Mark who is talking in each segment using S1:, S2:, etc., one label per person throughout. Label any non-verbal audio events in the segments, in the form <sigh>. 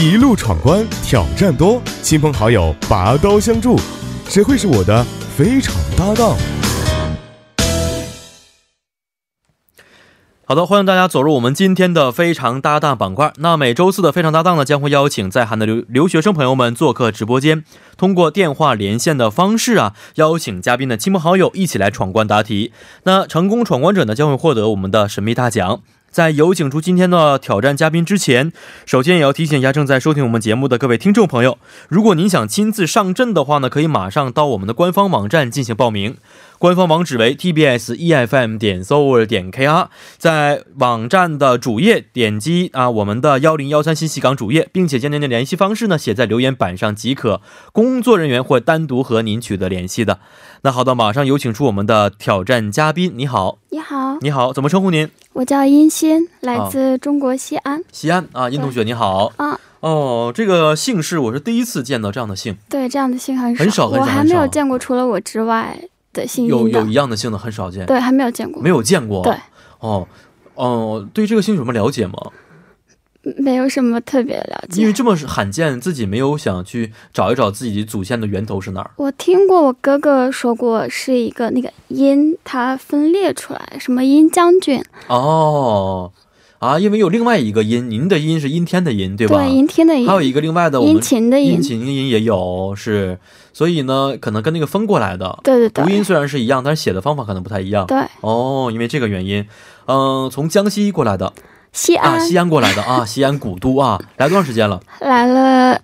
S1: 一路闯关，挑战多，亲朋好友拔刀相助，谁会是我的非常搭档？
S2: 好的，欢迎大家走入我们今天的非常搭档板块。那每周四的非常搭档呢，将会邀请在韩的留留学生朋友们做客直播间，通过电话连线的方式啊，邀请嘉宾的亲朋好友一起来闯关答题。那成功闯关者呢，将会获得我们的神秘大奖。在有请出今天的挑战嘉宾之前，首先也要提醒一下正在收听我们节目的各位听众朋友，如果您想亲自上阵的话呢，可以马上到我们的官方网站进行报名。官方网址为 tbs efm e 点 s o u r 点 kr，在网站的主页点击啊我们的幺零幺三信息港主页，并且将您的联系方式呢写在留言板上即可，工作人员会单独和您取得联系的。那好的，马上有请出我们的挑战嘉宾，你好，
S3: 你好，
S2: 你好，怎么称呼您？
S3: 我叫殷欣，
S2: 啊
S3: 来自中国西安。
S2: 西安啊，殷同学你好。
S3: 啊，
S2: 哦，这个姓氏我是第一次见到这样的姓，
S3: 对，这样的姓很少，
S2: 很少很少
S3: 我还
S2: 很
S3: 没有
S2: 少
S3: 见过除了我之外的姓
S2: 有
S3: 殷
S2: 有一
S3: 的。
S2: 样的姓的很少见，
S3: 对，还没有见过，
S2: 没有见过。
S3: 对，
S2: 哦，哦，对这个姓有什么了解吗？
S3: 没有什么特别的了
S2: 因为
S3: 解。
S2: 这么罕见，自己没有想去找一找自己祖先的源头是哪儿。
S3: 我听过我哥哥说过，是一个那个殷，它分裂出来，什么殷将军，
S2: 哦，啊，因为有另外一个音，您的音是阴天的阴，对吧？
S3: 对，殷天的殷
S2: 还，有一个另外的我们
S3: 殷勤的殷
S2: 殷，勤的殷也有，是，所以呢，可能跟那个分过来的。
S3: 对对
S2: 读音
S3: 对，
S2: 虽然是一样，但是写的方法可能不太一样。
S3: 对，
S2: 哦，因为这个原因，嗯、从江西过来的
S3: 西
S2: 啊，
S3: 安
S2: 西安过来的啊，西安古都啊，来多长时间了？
S3: 来了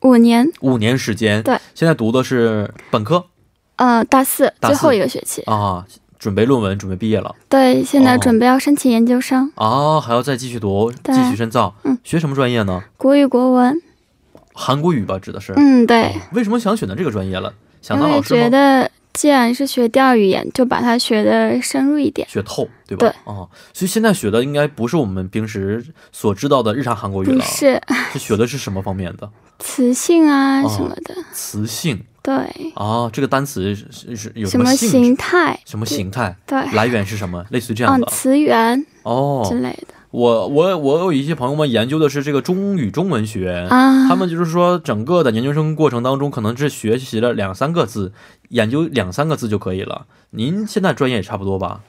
S3: 五年，
S2: 五年时间。
S3: 对，
S2: 现在读的是本科
S3: 呃，大四
S2: 大四
S3: 最后一个学期，
S2: 啊，准备论文，准备毕业了。
S3: 对，现在
S2: 哦
S3: 准备要申请研究生，
S2: 啊，还要再继续读，
S3: 对
S2: 继续深造。
S3: 嗯，
S2: 学什么专业呢？
S3: 国语国文，
S2: 韩国语吧，指的是。
S3: 嗯，对。
S2: 为什么想选择这个专业了？想
S3: 因
S2: 当
S3: 为
S2: 老师
S3: 觉
S2: 吗？
S3: 得既然是学第二语言，就把它学的深入一点。
S2: 学透，对吧？啊，所以现在学的应该不是我们平时所知道的日常韩国语
S3: 不
S2: 了，
S3: 是
S2: 是学的是什么方面的？
S3: 词性啊
S2: 哦
S3: 什么的，
S2: 词性
S3: 对，
S2: 啊，这个单词是是是有
S3: 哎什
S2: 么性质
S3: 形态，
S2: 什么形态？
S3: 对，
S2: 来源是什么？类似于这样
S3: 嗯，
S2: 的
S3: 词源之
S2: 哦。
S3: 类的、
S2: 我我我有一些朋友们研究的是这个中语中文学，
S3: 啊。
S2: 哎他们就是说整个的研究生过程当中，可能是学习了两三个字，研究两三个字就可以了。您现在专业也差不多吧？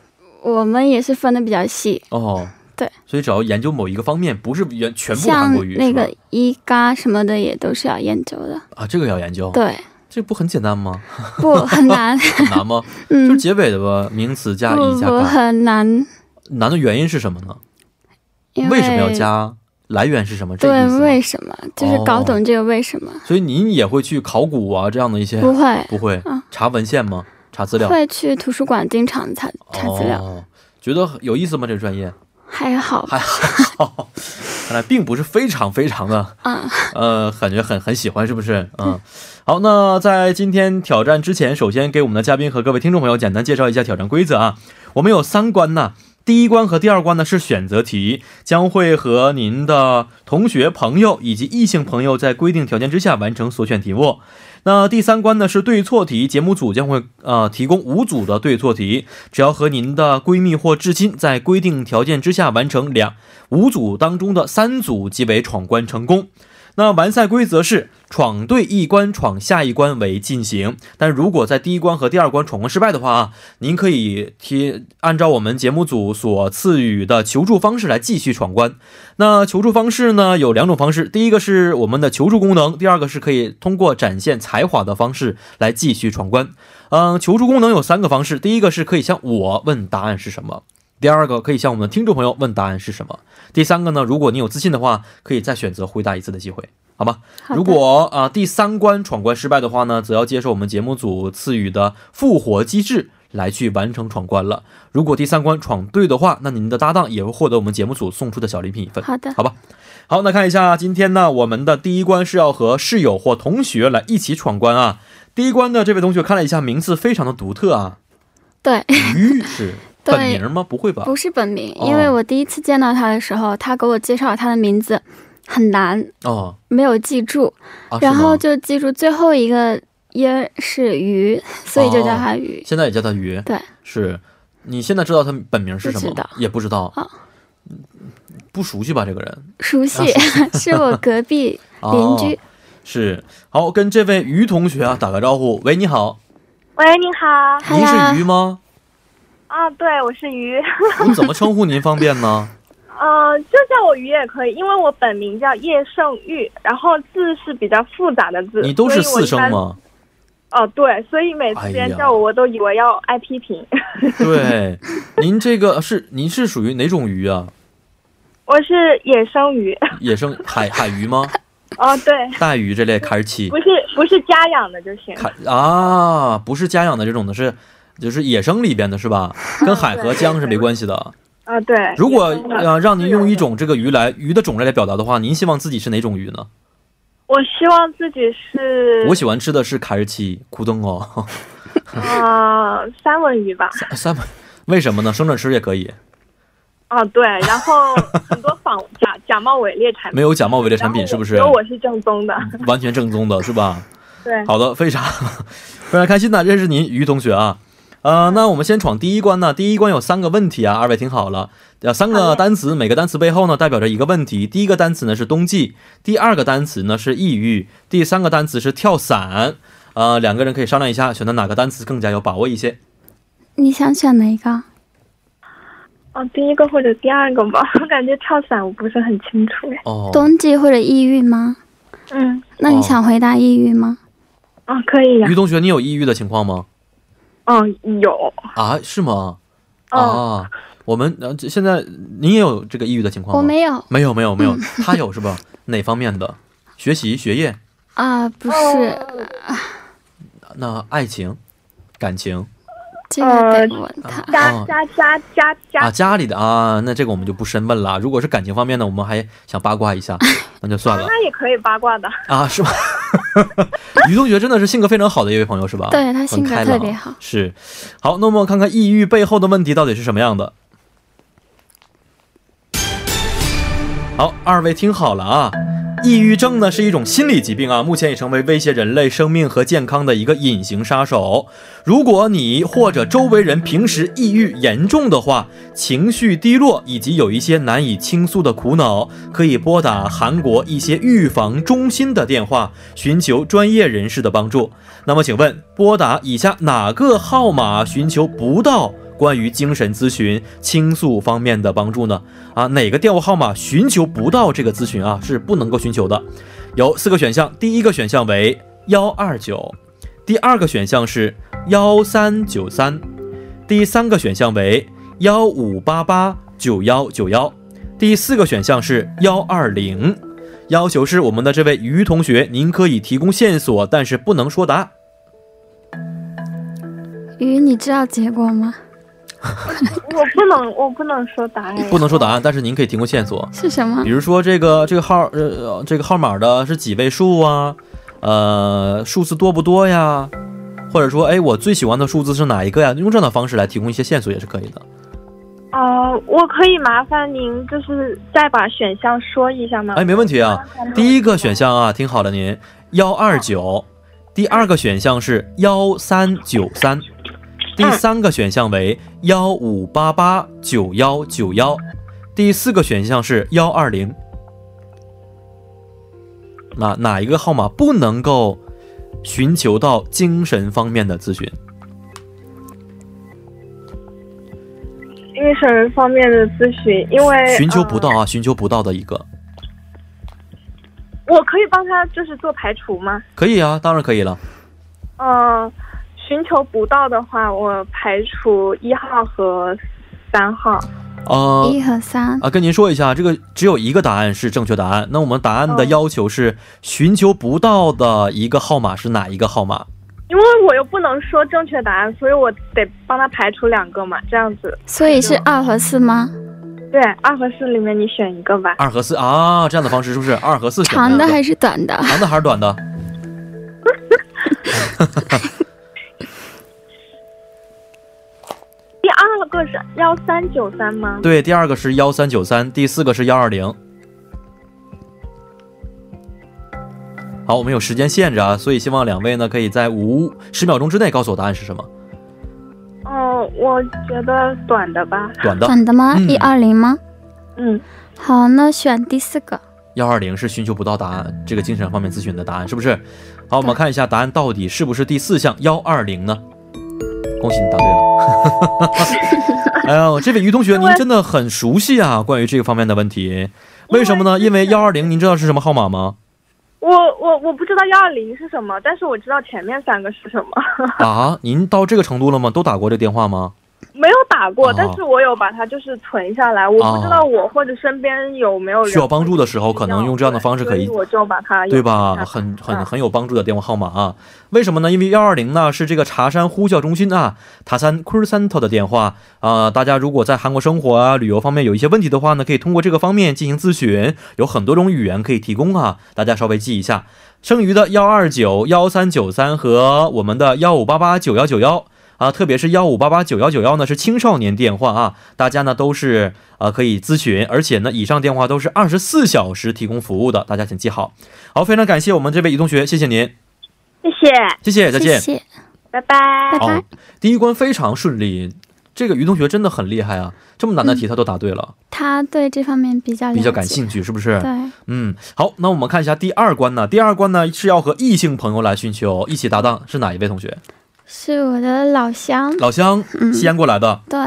S3: 我们也是分的比较细，
S2: 哦，
S3: 对，
S2: 所以只要研究某一个方面，不是原全部韩
S3: 像
S2: 国语
S3: 那
S2: 是
S3: 个
S2: 吧
S3: 一嘎什么的也都是要研究的。
S2: 啊，这个要研究，
S3: 对，
S2: 这不很简单吗？
S3: 不
S2: <laughs>
S3: 很难，
S2: 很难吗？就
S3: <laughs> 嗯
S2: 是，结尾的吧，名词加
S3: 不
S2: 一加
S3: 不
S2: 嘎，
S3: 很难，
S2: 难的原因是什么呢？
S3: 因
S2: 什么要？加？来源是什么？这个
S3: 对
S2: 意思，吗啊
S3: 为什么？就是搞
S2: 哦
S3: 懂这个为什么，
S2: 所以您也会去考古啊这样的一些？
S3: 不会
S2: 不会
S3: 嗯
S2: 查文献吗？查资料？
S3: 会去图书馆经常查查资料，
S2: 哦，觉得有意思吗？这个专业？ <laughs>
S3: 还好吧
S2: 还好，看来并不是非常非常的， <laughs>
S3: 啊，
S2: 呃，感觉很很喜欢，是不是？嗯，好，那在今天挑战之前，首先给我们的嘉宾和各位听众朋友简单介绍一下挑战规则啊。我们有三关呢，第一关和第二关呢是选择题，将会和您的同学、朋友以及异性朋友在规定条件之下完成所选题目。那第三关呢是对错题，节目组将会呃提供五组的对错题，只要和您的闺蜜或至亲在规定条件之下完成两五组当中的三组即为闯关成功。那完赛规则是闯对一关，闯下一关为进行。但如果在第一关和第二关闯关失败的话啊，您可以贴按照我们节目组所赐予的求助方式来继续闯关。那求助方式呢有两种方式，第一个是我们的求助功能，第二个是可以通过展现才华的方式来继续闯关。嗯，求助功能有三个方式，第一个是可以向我问答案是什么。第二个可以向我们的听众朋友问答案是什么。第三个呢，如果你有自信的话，可以再选择回答一次的机会，好吗？
S3: 好的
S2: 如果啊、第三关闯关失败的话呢，则要接受我们节目组赐予的复活机制来去完成闯关了。如果第三关闯对的话，那您的搭档也会获得我们节目组送出的小礼品一份。
S3: 好的，
S2: 好吧，好，那看一下今天呢，我们的第一关是要和室友或同学来一起闯关啊。第一关的这位同学看了一下，名字非常的独特啊，
S3: 对，
S2: 于是
S3: <laughs> 对
S2: 本名吗？不会吧？
S3: 不是本名，
S2: 哦
S3: 因为我第一次见到他的时候，他给我介绍他的名字很难，
S2: 哦，
S3: 没有记住，
S2: 啊，是
S3: 然后
S2: 吗
S3: 就记住最后一个音是鱼， <laughs> 所以就叫他鱼。
S2: 现在也叫他于，
S3: 对，
S2: 是你现在知道他本名是什
S3: 不
S2: 么
S3: 知道哦
S2: 也不知道
S3: 啊，
S2: 不熟悉吧？这个人
S3: 熟悉， <laughs> 是我隔壁
S2: 啊 <laughs> 哦
S3: 邻居。
S2: 是好，跟这位于同学啊打个招呼。喂，你好，
S4: 喂，你好。
S3: 嗨
S2: 您
S3: 呀
S2: 是鱼吗？
S4: 啊，对，我是鱼。 <laughs>
S2: 我怎么称呼您方便呢？
S4: 呃，就叫我鱼也可以，因为我本名叫叶圣玉，然后字是比较复杂的字。
S2: 你都是
S4: 所以我
S2: 四
S4: 一般
S2: 声？吗？
S4: 哦、对，所以每次别
S2: 哎
S4: 人
S2: 呀
S4: 叫我，我都以为要挨批评。 <laughs>
S2: 对，您这个呃是您是属于哪种鱼啊？
S4: 我是野生鱼。
S2: 野生海海鱼吗？
S4: 哦、对，
S2: 带鱼这类开七
S4: 不是不是家养的就行。
S2: 开啊，不是家养的这种的，是就是野生里边的是吧？跟海和江是没关系的。
S4: 啊、对。
S2: 如果
S4: 野生的
S2: 呃让您用一种这个鱼来鱼的种类来表达的话，您希望自己是哪种鱼呢？
S4: 我希望自己
S2: <laughs>
S4: 是
S2: 我喜欢吃的是卡日奇、库登哦， <laughs>
S4: 啊、三文鱼吧。
S2: 三三文，为什么呢？生着吃也可以，
S4: 啊、对，
S2: <laughs>
S4: 然后很多仿假假冒伪劣产品。
S2: 没有假冒伪劣产品，是不是
S4: 然？后我只有我是正宗的。
S2: 完全正宗的是吧？
S4: 对。
S2: 好的，非常 <laughs> 非常开心的认识您，于同学啊。呃，那我们先闯第一关呢。第一关有三个问题啊，二位听好了，呃，三
S4: 好
S2: 个
S4: 嘞
S2: 单词，每个单词背后呢代表着一个问题。第一个单词呢是冬季，第二个单词呢是抑郁，第三个单词是跳伞。呃，两个人可以商量一下，选择哪个单词更加有把握一些。
S3: 你想选哪一个？
S4: 哦，第一个或者第二个吧， <laughs> 我感觉跳伞我不是很清楚哎。
S2: 哦，
S3: 冬季或者抑郁吗？
S4: 嗯，
S3: 那
S2: 哦
S3: 你想回答抑郁吗？
S4: 哦，可以呀
S2: 啊于、同学，你有抑郁的情况吗？
S4: 嗯，有，
S2: 啊，是吗？
S4: 嗯、
S2: 啊，我们呃，这现在您也有这个抑郁的情况吗？
S3: 我没有
S2: 没有，没有，没有，他有是吧？哪方面的？学习、学业？
S3: 啊，不
S4: 哦
S3: 是
S2: 那爱情、感情
S3: 这个得问他。
S4: 家
S2: 哦
S4: 家家家
S2: 啊，
S4: 家，
S2: 家里的啊，那这个我们就不深问了。如果是感情方面的，我们还想八卦一
S3: <laughs>
S2: 下，那就算了
S4: 那也可以八
S2: <laughs>
S4: 卦的。
S2: 啊，是吧？于同学真的是性格非常好的一位朋友，是吧？
S3: 对他性
S2: 很
S3: 格
S2: 啊开
S3: 特
S2: 朗
S3: 别好。
S2: 是，好，那么看看抑郁背后的问题到底是什么样的。好，二位听好了啊，抑郁症呢是一种心理疾病啊，目前已成为威胁人类生命和健康的一个隐形杀手。如果你或者周围人平时抑郁严重的话，情绪低落以及有一些难以倾诉的苦恼，可以拨打韩国一些预防中心的电话，寻求专业人士的帮助。那么，请问拨打以下哪个号码寻求不到关于精神咨询、倾诉方面的帮助呢？啊，哪个电话号码寻求不到这个咨询啊？是不能够寻求的。有四个选项，第一个选项为幺二九，第二个选项是幺三九三，第三个选项为幺五八八九幺九幺，第四个选项是幺二零。要求是我们的这位于同学，您可以提供线索，但是不能说答案。
S3: 鱼，你知道结果吗？
S4: 我不能，我不能说答案，
S2: 不能说答案，但是您可以提供线索，
S3: 是什么
S2: 比？如说这个这个号呃这个号码的是几位数啊，呃数字多不多呀，或者说哎我最喜欢的数字是哪一个呀？用这样的方式来提供一些线索也是可以的。
S4: 哦，我可以麻烦您，就是再把选项说一下吗？
S2: 哎，没问题啊。第一个选项啊，听好了您，幺二九，第二个选项是幺三九三，第三个选项为幺五八八九幺九幺，第四个选项是幺二零。哪哪一个号码不能够寻求到精神方面的咨询？
S4: 精神方面的咨询，因为
S2: 寻求不、
S4: 呃
S2: 到啊，寻求不到的一个，
S4: 我可以帮他就是做排除吗？
S2: 可以啊，当然可以了。
S4: 嗯、寻求不到的话，我排除一号和三号。
S2: 呃，
S3: 一和三，
S2: 啊，跟您说一下，这个只有一个答案是正确答案。那我们答案的要求是寻求不到的一个号码是哪一个号码？
S4: 因为我又不能说正确答案，所以我得帮他排除两个嘛，这样子。
S3: 所以是二和四吗？
S4: 对，二和四里面你选一个吧。
S2: 二和四啊，这样的方式是不是？二和四选
S3: 长
S2: 择
S3: 的
S2: 一个
S3: 还是短的？
S2: 长的还是短的？
S4: 第二个是幺三九三吗？
S2: 对，第二个是幺三九三，第四个是幺二零。好，我们有时间限制啊，所以希望两位呢可以在五十秒钟之内告诉我答案是什么。
S4: 哦，我觉得短的吧。
S2: 短的，
S3: 短的吗？
S2: 嗯
S3: 一二零吗？
S4: 嗯，
S3: 好，那选第四个。
S2: 幺二零是寻求不到答案，这个精神方面咨询的答案是不是？好，我们看一下答案到底是不是第四项幺二零呢？恭喜你答对了。哎呦，这位于同学，您真的很熟悉啊，关于这个方面的问题。为什么呢？因为幺二零，您知道是什么号码吗？
S4: 我我我不知道幺二零是什么，但是我知道前面三个是什么， <laughs>
S2: 啊，您到这个程度了吗？都打过这电话吗？
S4: 没有打过
S2: 哦，
S4: 但是我有把它就是存下来。我不知道我或者身边有没有人
S2: 需要帮助的时候可能用这样的方式可以
S4: 所我就把它
S2: 对吧？
S4: 很
S2: 很很很有帮助的电话号码啊！为什么呢？因为幺二零呢是这个茶山呼叫中心啊，塔山 c u r s a n t o 的电话啊、大家如果在韩国生活啊、旅游方面有一些问题的话呢，可以通过这个方面进行咨询，有很多种语言可以提供啊，大家稍微记一下。剩余的幺二九、幺三九三和我们的幺五八八九幺九幺。啊，特别是幺五八八九幺九幺呢是青少年电话啊，大家呢都是呃可以咨询，而且呢以上电话都是二十四小时提供服务的，大家请记好。好，非常感谢我们这位于同学，谢谢您，
S4: 谢谢，
S2: 谢谢，再见。
S3: 谢谢，
S4: 拜拜
S3: 拜。拜。
S2: 哦，第一关非常顺利，这个于同学真的很厉害啊，这么难的题他都答对了，
S3: 他对这方面比嗯较了解
S2: 比较感。兴趣是不是？
S3: 对，
S2: 嗯，好，那我们看一下第二关呢，第二关呢是要和异性朋友来寻求一起搭档，是哪一位同学？
S3: 是我的老乡。嗯
S2: 老乡，西安过来的，
S3: 对，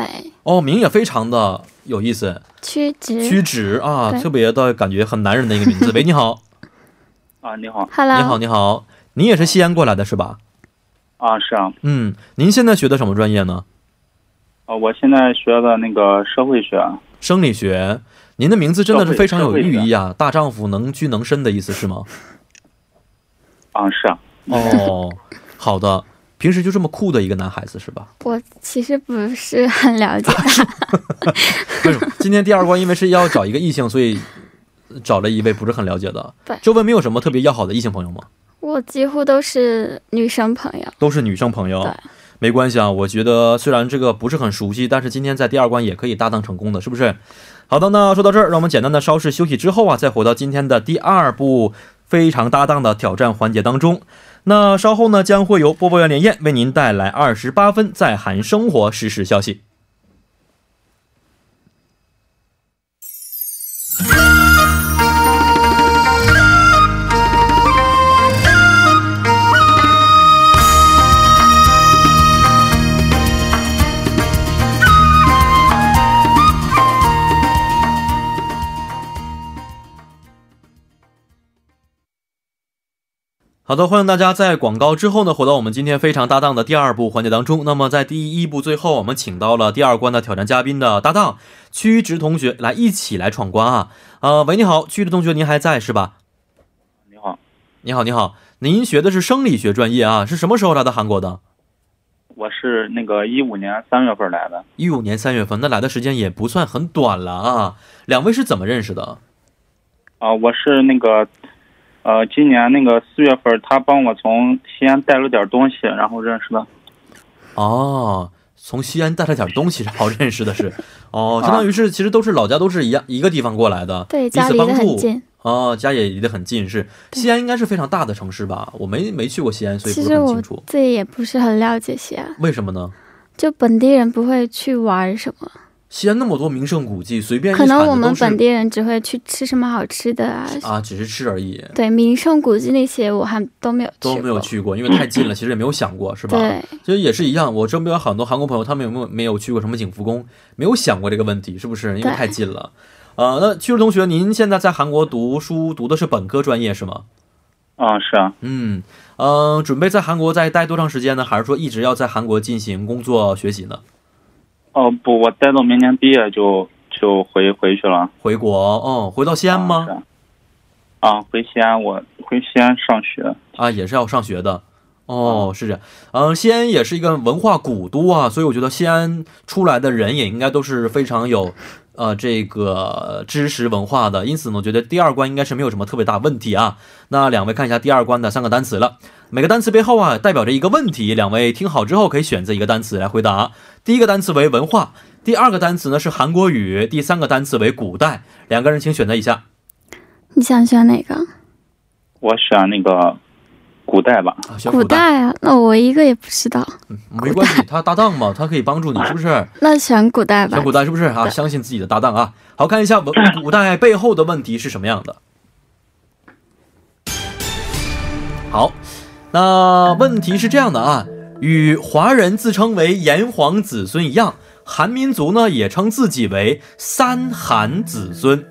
S2: 哦，名也非常的有意思，
S3: 曲
S2: 曲
S3: 直。
S2: 直啊，
S3: 嗯对
S2: 特别的感觉很男人的一个名
S3: <laughs>
S2: 字。喂，你好，
S5: 啊，你好
S3: Hello。
S2: 你好，你好，你也是西安过来的是吧？
S5: 啊，是啊，
S2: 嗯，您现在学的什么专业呢？
S5: 呃，我现在学的那个社会学，啊
S2: 生理学。您的名字真的是非常有
S5: 社会
S2: 寓意啊，大丈夫能屈能伸的意思是吗？
S5: 啊，是啊，
S2: 哦，好的，平时就这么酷的一个男孩子是吧？
S3: 我其实不是很
S2: <laughs>
S3: 了解。
S2: 为什么？今天第二关因为是要找一个异性，所以找了一位不是很了解的
S3: 对。
S2: 周围没有什么特别要好的异性朋友吗？
S3: 我几乎都是女生朋友。
S2: 都是女生朋友
S3: 对。
S2: 没关系啊，我觉得虽然这个不是很熟悉，但是今天在第二关也可以搭档成功的，是不是？好的，那说到这儿，让我们简单的稍事休息之后啊，再回到今天的第二部非常搭档的挑战环节当中。那稍后呢，将会由播报员连燕为您带来二十八分在韩生活实时消息。好的，欢迎大家在广告之后呢，回到我们今天非常搭档的第二部环节当中。那么在第一部最后，我们请到了第二关的挑战嘉宾的搭档曲直同学来一起来闯关啊。呃，喂，你好，曲直同学，您还在是吧？
S5: 你好，
S2: 你好，你好，您学的是生理学专业啊？是什么时候来的韩国的？
S5: 我是那个一五年三月份来的，
S2: 一五年三月份，那来的时间也不算很短了啊。两位是怎么认识的？
S5: 啊，我是那个，呃，今年那个四月份他帮我从西安带了点东西，然后认识的，
S2: 哦，从西安带了点东西，然后认识的是。哦，相当于是其实都是老家都是一样一个地方过来的，
S3: 对，
S2: 彼
S3: 家
S2: 此
S3: 离得
S2: 帮
S3: 很
S2: 助。
S3: 近。
S2: 哦，家也离得很近，是西安应该是非常大的城市吧？我没没去过西安，所以
S3: 其
S2: 不是
S3: 实
S2: 很
S3: 我
S2: 清楚。
S3: 自己也不是很了解西安，
S2: 为什么呢？
S3: 就本地人不会去玩什么，
S2: 西安那么多名胜古迹，随便一
S3: 可
S2: 铲子
S3: 能
S2: 都
S3: 我们
S2: 是
S3: 本地人只会去吃什么好吃的啊。
S2: 啊，只是吃而已，
S3: 对，名胜古迹那些我还都没有去
S2: 都
S3: 过，
S2: 没有去过，因为太近
S3: <laughs>
S2: 了，其实也没有想过，是吧？
S3: 对，
S2: 其实也是一样，我周边有很多韩国朋友，他们有没有没有去过什么景福宫，没有想过这个问题，是不是？因为
S3: 对
S2: 太近了。呃，那屈志同学，您现在在韩国读书，读的是本科专业是吗？
S5: 啊，是啊，
S2: 嗯，呃，准备在韩国再待多长时间呢？还是说一直要在韩国进行工作学习呢？
S5: 哦、不，我待到明年毕业就就回回去了，
S2: 回国？哦，回到西安
S5: 啊
S2: 吗
S5: 是？啊啊，回西安，我回西安上学，
S2: 啊，也是要上学的。哦，是这样。嗯、西安也是一个文化古都啊，所以我觉得西安出来的人也应该都是非常有，呃，这个知识文化的。因此呢，我觉得第二关应该是没有什么特别大问题啊。那两位看一下第二关的三个单词了，每个单词背后啊代表着一个问题，两位听好之后可以选择一个单词来回答。啊第一个单词为文化，第二个单词呢是韩国语，第三个单词为古代。两个人请选择一下。
S3: 你想选哪个？
S5: 我选那个古代吧，
S2: 啊，选
S3: 古
S2: 古代
S3: 代啊，那我一个也不知道，
S2: 没关系，他搭档嘛，他可以帮助你，是不是？
S3: 那选古代吧
S2: 选。古代是不是啊？相信自己的搭档啊！好看一下文古代背后的问题是什么样的。好，那问题是这样的啊，与华人自称为炎黄子孙一样，韩民族呢也称自己为三韩子孙。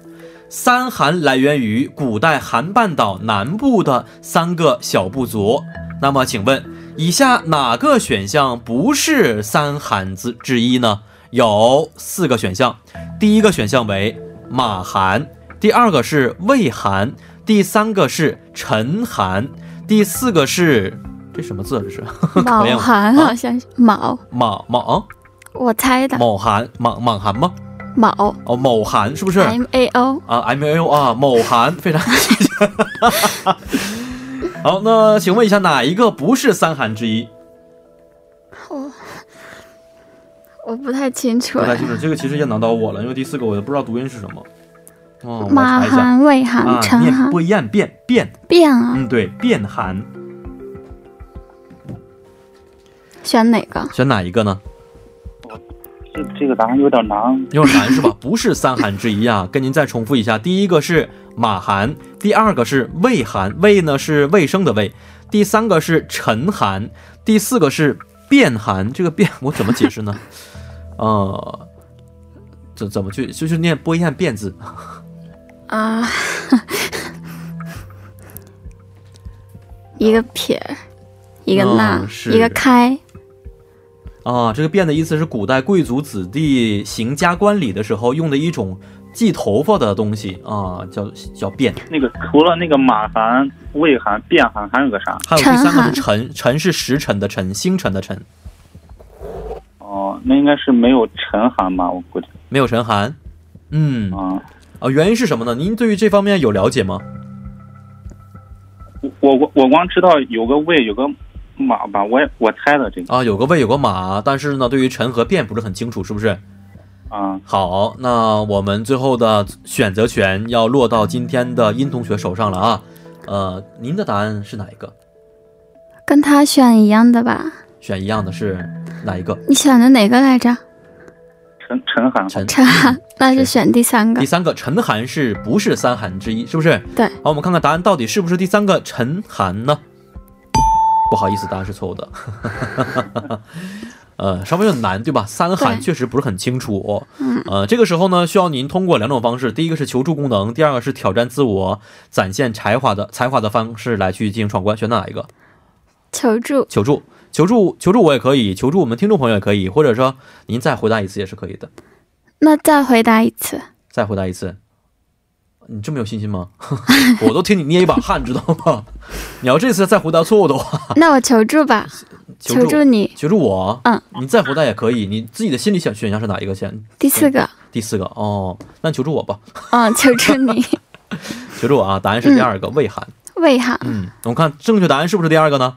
S2: 三韩来源于古代韩半岛南部的三个小部族。那么，请问以下哪个选项不是三韩之之一呢？有四个选项，第一个选项为马韩，第二个是魏韩，第三个是陈韩，第四个是这什么字啊？这是考验我
S3: 卯寒
S2: 啊
S3: 好像是卯，
S2: 莽莽
S3: 我猜的
S2: 卯韩莽莽韩吗？
S3: 卯
S2: 哦，某韩是不是？
S3: M A O。
S2: 啊，M A O 啊，某韩非常。 <laughs> 好，那请问一下，哪一个不是三韩之一？
S3: 我不太清楚
S2: 不，太清楚，这个其实也难到我了，因为第四个我也不知道读音是什么。哦，我
S3: 马
S2: 来查一下
S3: 寒、魏
S2: 啊
S3: 寒、，陈
S2: 念
S3: 寒
S2: 不一样，变变，
S3: 变啊，
S2: 嗯，对，变韩，
S3: 选哪个？
S2: 选哪一个呢？
S5: 这这个答案有点难。
S2: 有点难是 <laughs> 吧？不是三韩之一啊，跟您再重复一下，第一个是马韩，第二个是魏韩，魏呢是卫生的魏，第三个是陈韩，第四个是变韩，这个变 <laughs> 我怎么解释呢？呃，怎怎么去就是念播音变字，
S3: 啊， <laughs> 一个撇儿，一个捺、
S2: 嗯是
S3: 一个开，
S2: 啊，这个辫的意思是古代贵族子弟行加冠礼的时候用的一种系头发的东西啊，叫叫辫。
S5: 那个除了那个马韩、魏韩、卞韩，还有个啥？
S2: 还有第三个是
S3: 陈
S2: 辰，辰是时辰的辰，星辰的辰，
S5: 哦，那应该是没有陈韩吧？我估计
S2: 没有辰寒。嗯啊、
S5: 啊，
S2: 原因是什么呢？您对于这方面有了解吗？
S5: 我我我我光知道有个魏，有个马吧，我也我猜的这个
S2: 啊，有个魏，有个马，但是呢，对于辰和变不是很清楚，是不是？
S5: 啊。
S2: 好，那我们最后的选择权要落到今天的殷同学手上了啊。呃，您的答案是哪一个？
S3: 跟他选一样的吧？
S2: 选一样的是哪一个？
S3: 你选的哪个来着？
S5: 陈陈韩，
S2: 辰。
S3: 这 <laughs> 那是选第三个
S2: 嗯第。三个陈寒是不是三寒之一？是不是？
S3: 对
S2: 好，我们看看答案到底是不是第三个陈寒呢？不好意思，答案是错误的。 <laughs> 呃，稍微有点难，对吧？三寒
S3: 对嗯
S2: 确实不是很清楚、哦。呃，这个时候呢，需要您通过两种方式，第一个是求助功能，第二个是挑战自我、展现才华的才华的方式来去进行闯关，选哪一个？
S3: 求助，
S2: 求助，求助，求助我也可以，求助我们听众朋友也可以，或者说您再回答一次也是可以的，
S3: 那再回答一次。
S2: 再回答一次。你这么有信心吗？ <laughs> 我都替你捏一把汗，知道吗？ <laughs> 你要这次再回答错误的话，
S3: 那我求助吧，
S2: <laughs> 求
S3: 求
S2: 助
S3: 助你。
S2: 求助我。
S3: 嗯，
S2: 你再回答也可以，你自己的心里想选项是哪一个先？
S3: 第四个，
S2: 第四个哦，那求助我吧，
S3: <laughs> 嗯，求助
S2: <laughs>
S3: 你。
S2: 求助我啊！答案是第二个，魏寒。
S3: 魏寒，
S2: 嗯，我们看正确答案是不是第二个呢？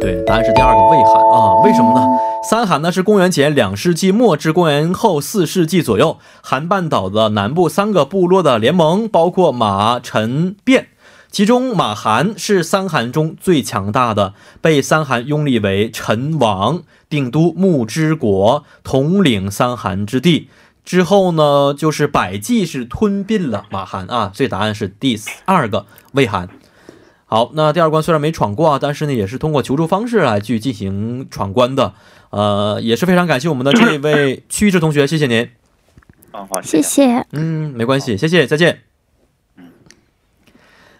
S2: 对，答案是第二个魏韩啊。为什么呢？三韩呢是公元前两世纪末至公元后四世纪左右，韩半岛的南部三个部落的联盟，包括马、陈、卞。其中马韩是三韩中最强大的，被三韩拥立为陈王，定都木之国，统领三韩之地。之后呢，就是百济是吞并了马韩啊，所以答案是第二个魏韩。好，那第二关虽然没闯过啊，但是呢，也是通过求助方式来去进行闯关的。呃，也是非常感谢我们的这一位 <laughs> 曲志同学，谢谢您。
S5: 啊，好，
S3: 谢谢。
S2: 嗯，没关系，谢谢，再见。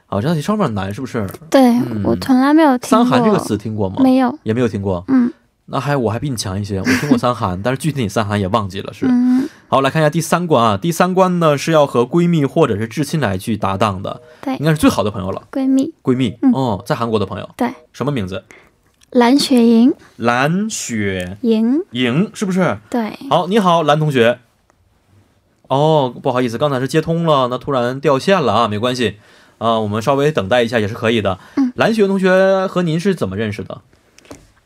S2: 好，这道题稍微有点难，是不是？
S3: 对
S2: 嗯
S3: 我从来没有听
S2: 三
S3: 过
S2: 韩这个词听过吗？
S3: 没有。
S2: 也没有听过。
S3: 嗯
S2: 那还我还比你强一些，我听过三韩，但是具体你三韩也忘记了，是。
S3: 嗯，
S2: 好，来看一下第三关啊。第三关呢是要和闺蜜或者是至亲来去搭档的，
S3: 对
S2: 应，该是最好的朋友了，
S3: 闺蜜
S2: 闺蜜。
S3: 嗯
S2: 哦，在韩国的朋友，
S3: 对，
S2: 什么名字？
S3: 蓝雪莹
S2: 蓝雪
S3: 莹，
S2: 莹，是不是？
S3: 对，
S2: 好，你好，蓝同学。哦，不好意思，刚才是接通了，那突然掉线了啊，没关系，啊、我们稍微等待一下也是可以的。
S3: 嗯
S2: 蓝雪莹同学和您是怎么认识的？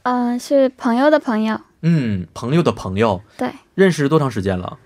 S3: 嗯、是朋友的朋友，
S2: 嗯，朋友的朋友，
S3: 对，
S2: 认识多长时间了？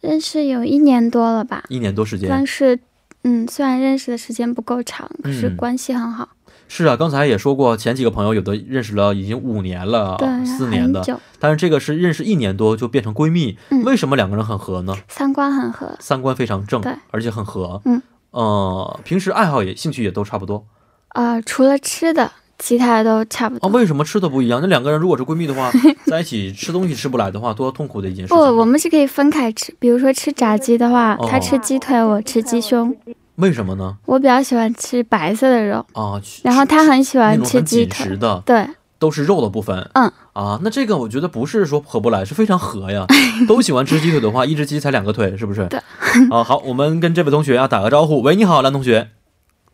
S3: 认识有一年多了吧，
S2: 一年多时间。
S3: 但是嗯，虽然认识的时间不够长，可是
S2: 嗯
S3: 关系很好，
S2: 是啊，刚才也说过，前几个朋友有的认识了已经五年了
S3: 对，，
S2: 哦四年
S3: 很
S2: 的，
S3: 久，
S2: 但是这个是认识一年多就变成闺蜜，
S3: 嗯
S2: 为什么两个人很合呢？
S3: 三观很合，
S2: 三观非常正
S3: 对，
S2: 而且很合。
S3: 嗯，
S2: 呃，平时爱好也兴趣也都差不多。
S3: 呃，除了吃的，其他都差不
S2: 啊，
S3: 多。
S2: 为什么吃的不一样？那两个人如果是闺蜜
S3: <laughs>
S2: 的话，在一起吃东西吃不来的话，多痛苦的一件事
S3: 不，
S2: 情。啊
S3: 哦我们是可以分开吃。比如说吃炸鸡的话，
S2: 哦
S3: 他吃鸡腿，我吃鸡胸。
S2: 为什么呢？
S3: 我比较喜欢吃白色的肉，
S2: 啊，去
S3: 然后
S2: 吃
S3: 他很喜
S2: 那
S3: 欢
S2: 种
S3: 吃
S2: 很
S3: 鸡
S2: 紧
S3: 腿。
S2: 实的，
S3: 对，
S2: 都是肉的部分。
S3: 嗯，
S2: 啊，那这个我觉得不是说合不来，是非常合
S3: <laughs>
S2: 呀。都喜欢吃鸡腿的话，一只鸡才两个腿，是不是？
S3: 对。
S2: <laughs> 啊，好，我们跟这位同学啊打个招呼。喂，你好，蓝同学。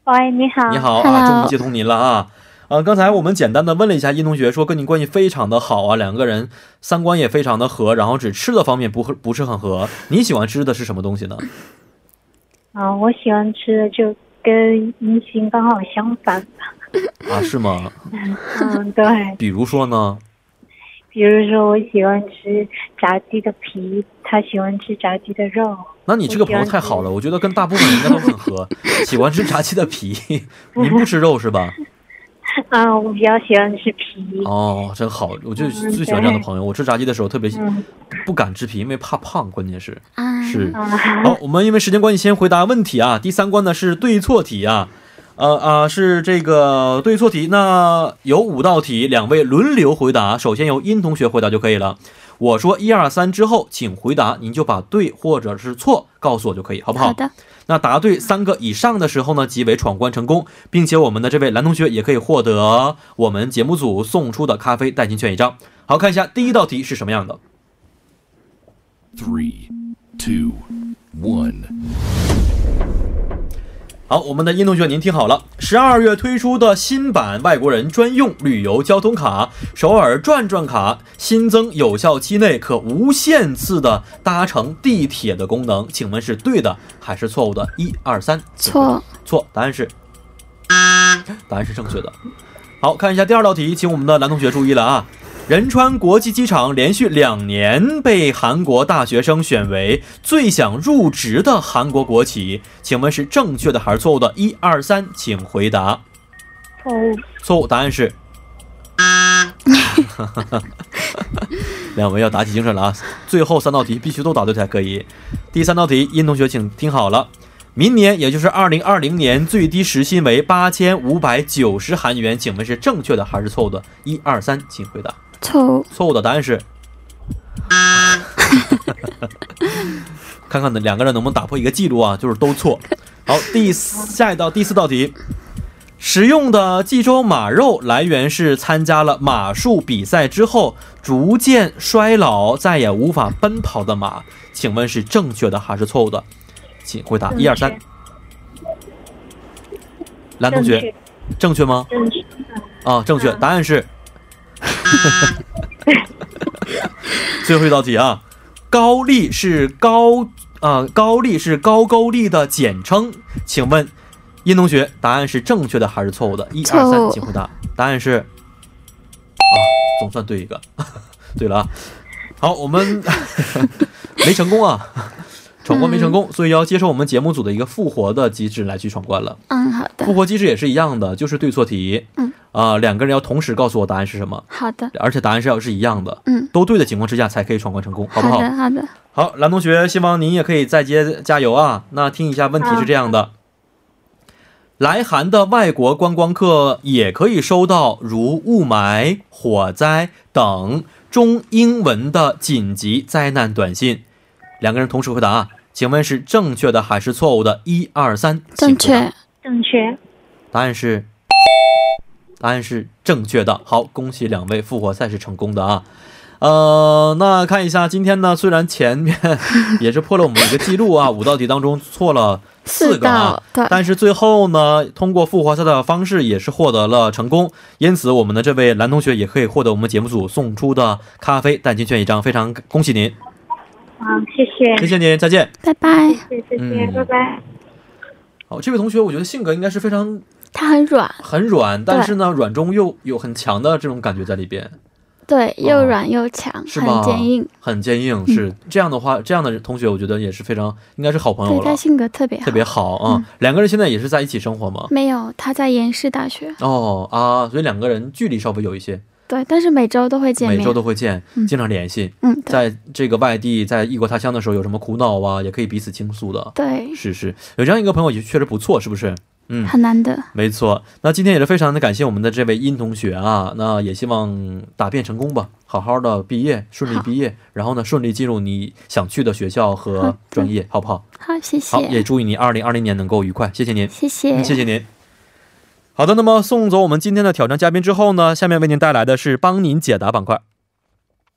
S6: 喂，你好。
S2: 你好
S3: Hello
S2: 啊，终于接通您了啊。啊，刚才我们简单的问了一下殷同学，说跟您关系非常的好啊，两个人三观也非常的合，然后只吃的方面不合不是很合。你喜欢吃的是什么东西呢？
S6: 啊、我喜欢吃的就跟一心刚好相
S2: <laughs>
S6: 反吧。
S2: 啊，是吗？
S6: 嗯，对，
S2: 比如说呢？
S6: 比如说我喜欢吃炸鸡的皮，他喜欢吃炸鸡的肉。
S2: 那你这个朋友太好了，我觉得跟大部分人应该都很合，喜欢吃炸鸡的
S3: <laughs>
S2: 皮，您不吃肉是吧？
S6: 啊，我比较喜欢吃皮。
S2: 哦，真好，我就最喜欢这样的朋友。我吃炸鸡的时候特别
S6: 嗯
S2: 不敢吃皮，因为怕胖，关键是
S3: 啊，
S2: 是。
S6: 啊，
S2: 好，我们因为时间关系，先回答问题啊。第三关呢是对错题啊，呃啊、是这个对错题。那有五道题，两位轮流回答。首先由殷同学回答就可以了。我说一二三之后，请回答，您就把对或者是错告诉我就可以，好不好？
S3: 好的，
S2: 那答对三个以上的时候呢，即为闯关成功，并且我们的这位蓝同学也可以获得我们节目组送出的咖啡代金券一张。好看一下第一道题是什么样的？
S7: three, two, one.
S2: 好，我们的殷同学，您听好了，十二月推出的新版外国人专用旅游交通卡——首尔转转卡，新增有效期内可无限次的搭乘地铁的功能，请问是对的还是错误的？一二三，请回答
S3: 错，
S2: 错，答案是，答案是正确的。好看一下第二道题，请我们的男同学注意了啊！仁川国际机场连续两年被韩国大学生选为最想入职的韩国国企，请问是正确的还是错误的？一二三，请回答。
S6: 错误。
S2: 错误答案是。 <laughs> 两位要打起精神了啊！最后三道题必须都答对才可以。第三道题，殷同学请听好了，明年也就是二零二零年最低时薪为八千五百九十韩元，请问是正确的还是错误的？一二三，请回答。
S3: 错误，
S2: 错误的答案是。看看两个人能不能打破一个记录啊，就是都错。好，第四下一道第四道题，食用的济州马肉来源是参加了马术比赛之后逐渐衰老，再也无法奔跑的马，请问是正确的还是错误的？请回答，一二三。蓝同
S6: 正
S2: 学
S6: 确，，
S2: 正确吗？
S6: 正确。
S2: 啊，正
S3: 嗯
S2: 确，答案是。 <laughs> 最后一道题啊，高丽是高啊、高丽是高沟丽的简称，请问殷同学，答案是正确的还是错误的？一
S3: 错
S2: 二
S3: 误
S2: 三，请回答。答案是啊，总算对一个， <laughs> 对了啊。好，我们 <laughs> 没成功啊，闯关没成
S3: 嗯
S2: 功，所以要接受我们节目组的一个复活的机制来去闯关了。
S3: 嗯，好
S2: 复
S3: 的，
S2: 活机制也是一样的，就是对错题。
S3: 嗯，
S2: 啊、两个人要同时告诉我答案是什么，
S3: 好的，
S2: 而且答案是要是一样的。
S3: 嗯，
S2: 都对的情况之下才可以闯关成功，好不好？
S3: 的，好的，
S2: 好，蓝同学，希望您也可以再接加油啊！那听一下问题是这样的：来韩的外国观光客也可以收到如雾霾、火灾等中英文的紧急灾难短信。两个人同时回答啊，请问是正确的还是错误的？一二三，请回
S3: 正
S2: 答
S3: 确，
S6: 正确。
S2: 答案是，答案是正确的。好，恭喜两位复活赛是成功的啊。呃，那看一下今天呢，虽然前面也是破了我们一个记录啊，五道题当中错了四
S3: 四
S2: 个啊
S3: 道，，对，
S2: 但是最后呢，通过复活赛的方式也是获得了成功，因此我们的这位蓝同学也可以获得我们节目组送出的咖啡代金券一张，非常恭喜您，
S6: 啊，谢谢，
S2: 谢谢您，再见。
S3: 拜拜。
S6: 谢谢，谢谢，
S2: 嗯
S6: 拜拜。
S2: 好，哦这位同学，我觉得性格应该是非常
S3: 它很软，
S2: 很软，但是呢，软中又有很强的这种感觉在里边。
S3: 对，又软又强，
S2: 哦是吧
S3: 很坚硬，
S2: 很坚硬，
S3: 嗯
S2: 是这样的话，这样的同学我觉得也是非常应该是好朋友
S3: 对他嗯
S2: 了，
S3: 性格特别好。
S2: 特别好啊、两个人现在也是在一起生活吗？
S3: 没有，他在延世大学，
S2: 哦啊，所以两个人距离稍微有一些，
S3: 对，但是每周都会见面，
S2: 每周都会见，
S3: 嗯
S2: 经常联系。
S3: 嗯，对
S2: 在这个外地，在异国他乡的时候，有什么苦恼啊，也可以彼此倾诉的。
S3: 对，
S2: 是是，有这样一个朋友也确实不错，是不是？嗯，
S3: 很难得。
S2: 没错，那今天也是非常的感谢我们的这位殷同学啊，那也希望答辩成功吧，好好的毕业，顺利
S3: 好
S2: 毕业，然后呢，顺利进入你想去的学校
S3: 好
S2: 和
S3: 的
S2: 专业，好不好？
S3: 好，谢
S2: 好，也
S3: 谢，
S2: 祝你二零二零年能够愉快，谢谢您，
S3: 谢谢，
S2: 嗯谢谢您。好的，那么送走我们今天的挑战嘉宾之后呢，下面为您带来的是帮您解答板块。